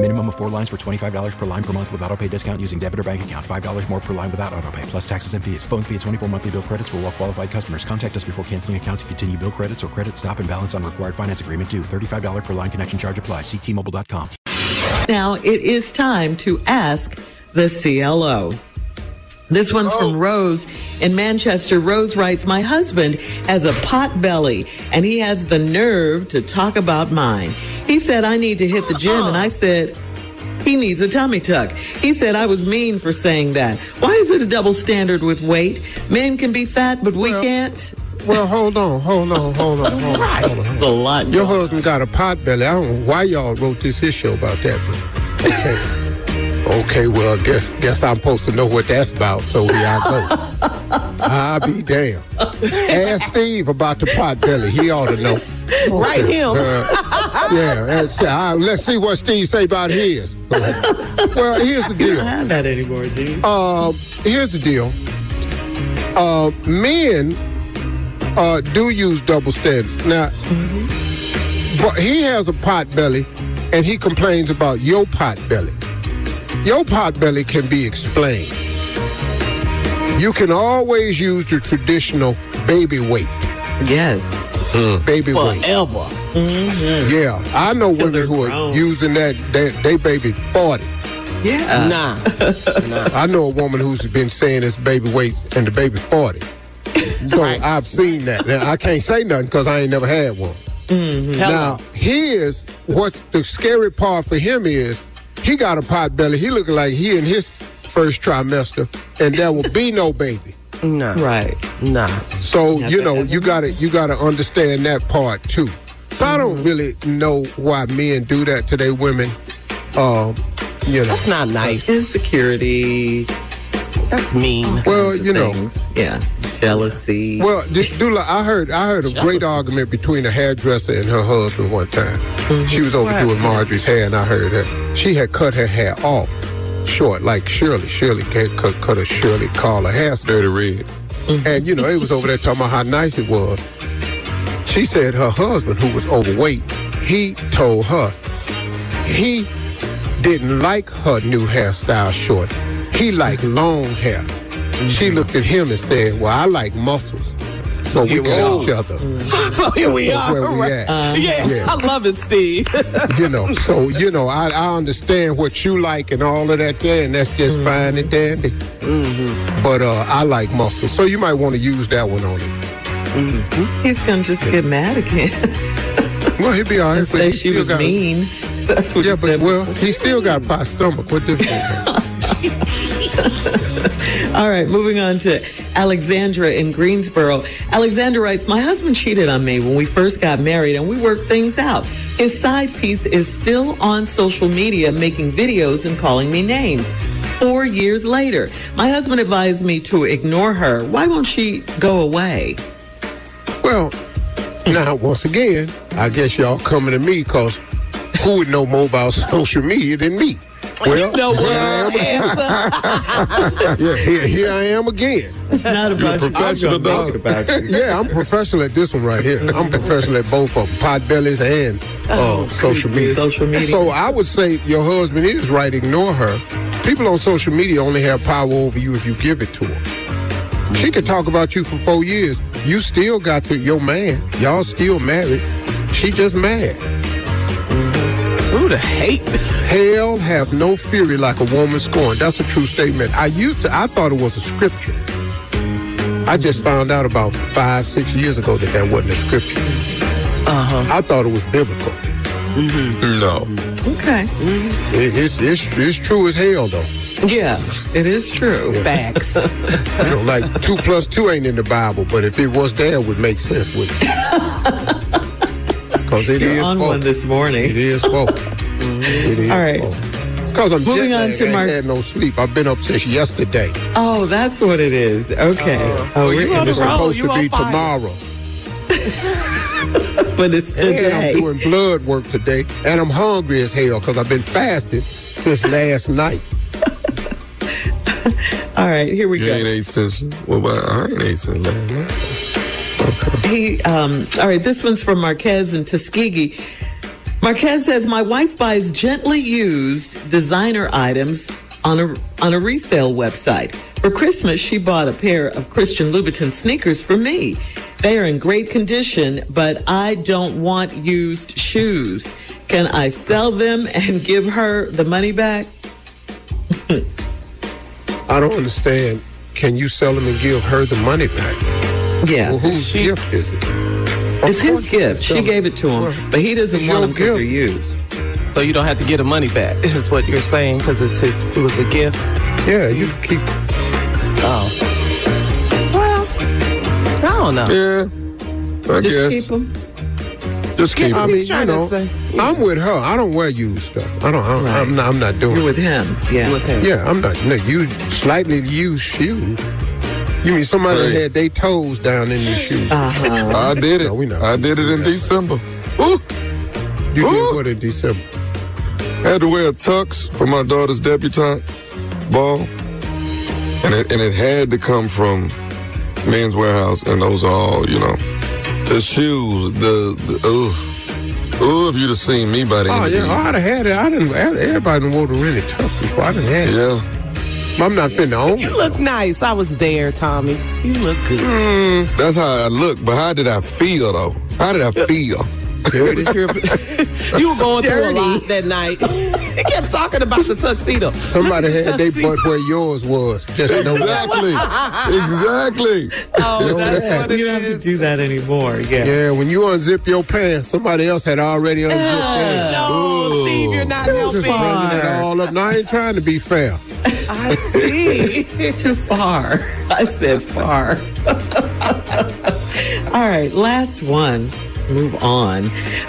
Minimum of four lines for $25 per line per month with auto pay discount using debit or bank account. $5 more per line without auto pay, plus taxes and fees. Phone fee at 24 monthly bill credits for all well qualified customers. Contact us before canceling account to continue bill credits or credit stop and balance on required finance agreement due. $35 per line connection charge applies. Ctmobile.com. Now it is time to ask the CLO. This one's Oh. from Rose in Manchester. Rose writes, My husband has a pot belly and he has the nerve to talk about mine. He said, I need to hit the gym. And I said, he needs a tummy tuck. He said I was mean for saying that. Why is it a double standard with weight? Men can be fat, but we Well- can't. Well, hold on, hold on, hold on, hold on. Hold on. It's a lot. Your husband got a pot belly. I don't know why y'all wrote this his show about that, but okay. okay, well, guess guess I'm supposed to know what that's about, so here I go. I'll be damned. Ask Steve about the pot belly. He ought to know. Right, Okay, him. uh, yeah, that's, uh, let's see what Steve say about his. well, here's the You deal. don't have that anymore, dude. Oh. Uh, here's the deal. Uh, men uh, do use double standards. Now, but he has a pot belly, and he complains about your pot belly. Your pot belly can be explained. You can always use the traditional baby weight. Yes. Baby weight. Forever. Yeah, I know women they're who are grown. using that. That they baby forty. Yeah. Nah. I know a woman who's been saying it's baby weights and the baby 40. So I've seen that. Now, I can't say nothing because I ain't never had one. Mm-hmm. Now, his, what the scary part for him is, he got a pot belly. He looking like he in his first trimester, and there will be no baby. Nah. Right. Nah. So you know you gotta you gotta understand that part too. So I don't really know why men do that to their women. Um, you know, That's not nice. Insecurity. That's mean. well, you know, things. Yeah. Jealousy. Well, D- Dula, I heard I heard a great argument between a hairdresser and her husband one time. She was over doing Marjorie's hair, and I heard her. She had cut her hair off short, like Shirley. Shirley had cut, cut her Shirley call her hair dirty red. And you know, they was over there talking about how nice it was. She said her husband, who was overweight, he told her he didn't like her new hairstyle short. He liked long hair. She looked at him and said, Well, I like muscles. So we got each other. so here we That's are. where we right? at. yeah, Yeah. I love it, Steve. You know, so you know, I, I understand what you like and all of that there, and that's just fine and dandy. But uh, I like muscles. So you might want to use that one on him. He's gonna just get mad again Well, he'll be all right. and but say he she still was got- mean. That's what Yeah, he but said. well, he still got pot stomach. What difference? All right, moving on to Alexandra in Greensboro. Alexandra writes, My husband cheated on me when we first got married and we worked things out. His side piece is still on social media making videos and calling me names. Four years later, my husband advised me to ignore her. Why won't she go away? Well, now once again, I guess y'all coming to me because who would know more about social media than me? Well, No here, I word. answer. am, yeah, here, here I am again. It's not about you. professional, I'm gonna though. make it about you. Yeah, I'm professional at this one right here. I'm professional at both of them, pot bellies and Oh, uh, social media. Social media. So I would say your husband is right. Ignore her. People on social media only have power over you if you give it to them. She could talk about you for four years. You still got to your man. Y'all still married. She just mad. Who the hate? Hell have no fury like a woman scorned. That's a true statement. I used to, I thought it was a scripture. I just found out about five, six years ago Mm-hmm. that that wasn't a scripture. Uh-huh. I thought it was biblical. No. Okay. It, it's, it's, it's true as hell, though. Yeah, it is true. Facts. You know, like two plus two ain't in the Bible, but if it was there, it would make sense, wouldn't it? Because it You're is on folk. one this morning. It is folk. it is All right. folk. It's because I'm Moving jet on lagged. to I ain't Mark- had no sleep. I've been up since yesterday. Oh, that's what it is. Okay. oh, we're in And the it's wrong, supposed to be tomorrow. but it's And I'm today. doing blood work today. And I'm hungry as hell because I've been fasting since last night. All right, here we go. ate since, well, I ain't ate since last night. He, um, all right, this one's from Marquez in Tuskegee. Marquez says, "My wife buys gently used designer items on a on a resale website. For Christmas, she bought a pair of Christian Louboutin sneakers for me. They are in great condition, but I don't want used shoes. Can I sell them and give her the money back? I don't understand. Can you sell them and give her the money back? Yeah, Well, whose gift is it? it's his Of course you can gift. She sell it. gave it to him, but he doesn't It's want your them because gift. they're used." so you don't have to get the money back, is what you're saying, because it's his, it was a gift. Yeah, you keep. Oh. Well, I don't know. Yeah, I Just keep them. Just keep I it. mean, He's you trying to know, say- I'm with her. I don't wear used stuff. I don't. I don't Right. I'm not. I'm not doing. You're it. with him. Yeah. With him. yeah, I'm not. No, you slightly used shoes. You mean somebody had their toes down in your shoes? Uh-huh. I did it. No, we not. I did it in Yeah. December. Ooh, You Ooh. did what in December? I had to wear a tux for my daughter's debutante ball, and it, and it had to come from Men's Warehouse, and those are all you know, the shoes, the, the ooh, ooh. If you'd have seen me by the Oh end yeah, of oh, I'd have had it. I didn't. Everybody wore the really tough before. I didn't had the it. year. I'm not finna own. You it. look nice. I was there, Tommy. You look good. yeah, that's how I look. But how did I feel though? How did Oh, I feel? There it is. You were going through a Dirty. lot that night. they kept talking about the tuxedo. Somebody had their Tuxedo. butt where yours was. Just know that. Exactly, exactly. Oh, that's what it You don't have to is. do that anymore. Yeah. Yeah, when you unzip your pants, somebody else had already unzipped theirs. No, Steve, you're not Just helping. bringing that all up. Now, I ain't trying to be fair. I see. Too far. I said far. All right, last one. Move on.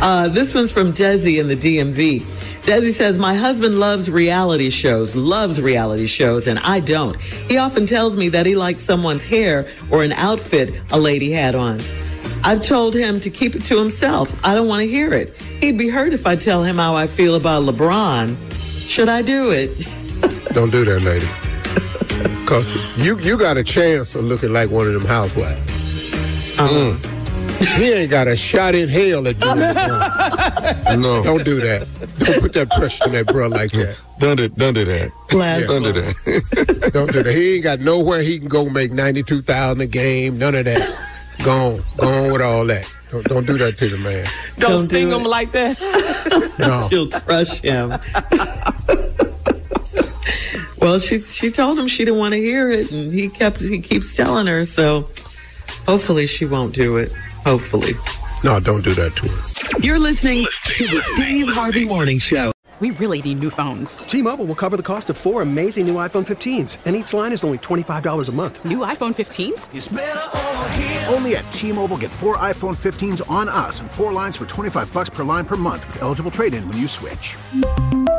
Uh, this one's from Desi in the DMV. Desi says, My husband loves reality shows, loves reality shows, and I don't. He often tells me that he likes someone's hair or an outfit a lady had on. I've told him to keep it to himself. I don't want to hear it. He'd be hurt if I tell him how I feel about LeBron. Should I do it? Don't do that, lady. Because you, you got a chance of looking like one of them housewives. Uh-huh. Mm. He ain't got a shot in hell at doing that. No, Don't do that. Don't put that pressure on that bro like that. don't do, don't do that. Last Don't do that. Don't do that. He ain't got nowhere he can go make 92000 a game. None of that. Gone. Gone with all that. Don't, don't do that to the man. Don't, Don't do sting him it. like that. No. She'll crush him. well, she she told him she didn't want to hear it, and he kept he keeps telling her. So hopefully she won't do it. Hopefully. No, don't do that to her. You're listening to the Steve Harvey Morning Show. We really need new phones. T-Mobile will cover the cost of four amazing new iPhone 15s, and each line is only $25 a month. New iPhone 15s? Only at T-Mobile, get four iPhone 15s on us and four lines for 25 bucks per line per month with eligible trade-in when you switch.